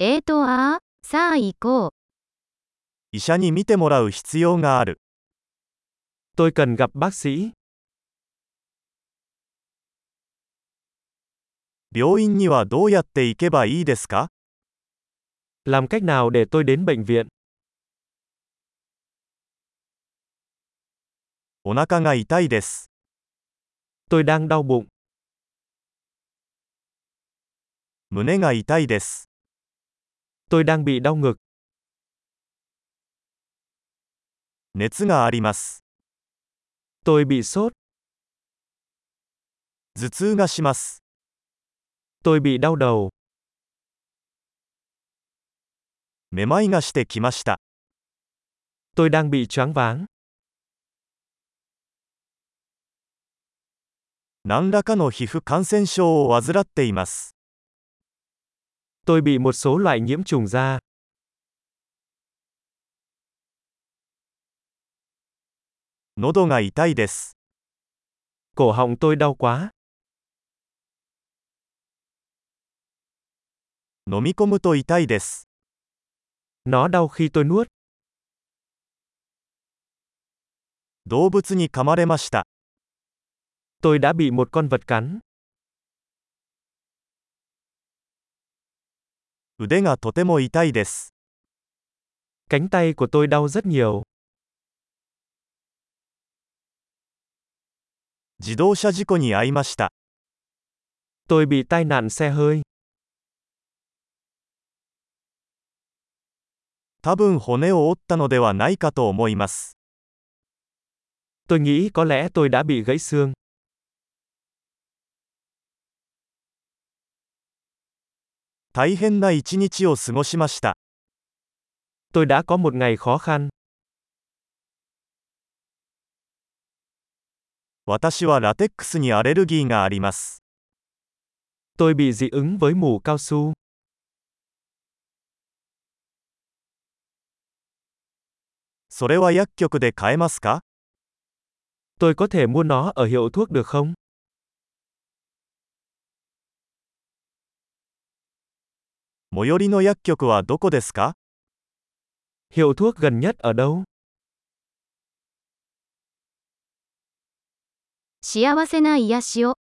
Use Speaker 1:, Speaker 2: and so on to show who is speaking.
Speaker 1: えーとあー、さあ行こう。
Speaker 2: 医者に診てもらう必要がある
Speaker 3: Tôi cần gặp bác sĩ.
Speaker 2: 病院にはどうやって行けばいいですか
Speaker 3: Làm cách nào để tôi đến bệnh viện?
Speaker 2: お腹が痛いです
Speaker 3: Tôi đang đau bụng,
Speaker 2: 胸が痛いです
Speaker 3: tôi đang bị đau ngực,
Speaker 2: 熱があります
Speaker 3: tôi bị sốt,
Speaker 2: 頭痛がします
Speaker 3: tôi bị đau đầu,
Speaker 2: めまいがしてきました
Speaker 3: tôi đang bị choáng váng,
Speaker 2: 何らかの皮膚感染症を患っています
Speaker 3: tôi bị một số loại nhiễm trùng da,
Speaker 2: 喉が痛いです
Speaker 3: cổ họng tôi đau quá,
Speaker 2: 飲み込むと痛いです
Speaker 3: nó đau khi tôi nuốt,
Speaker 2: 動物に噛まれました
Speaker 3: tôi đã bị một con vật cắn,
Speaker 2: 腕がとても痛いです
Speaker 3: cánh tay của tôi đau rất nhiều,
Speaker 2: 自動車事故に遭いました
Speaker 3: tôi bị tai nạn xe hơi,
Speaker 2: 多分骨を折ったのではないかと思います
Speaker 3: tôi nghĩ có lẽ tôi đã bị gãy xương,
Speaker 2: 大変な一日を過ごしました
Speaker 3: tôi đã có một ngày khó khăn,
Speaker 2: 私はラテックスにアレルギーがあります
Speaker 3: tôi bị dị ứng với mủ cao su,
Speaker 2: それは薬局で買えますか
Speaker 3: tôi có thể mua nó ở hiệu thuốc được không?
Speaker 2: 最寄りの薬局はどこですか
Speaker 3: Hiệu thuốc gần nhất ở đâu?
Speaker 1: 幸せな癒しを。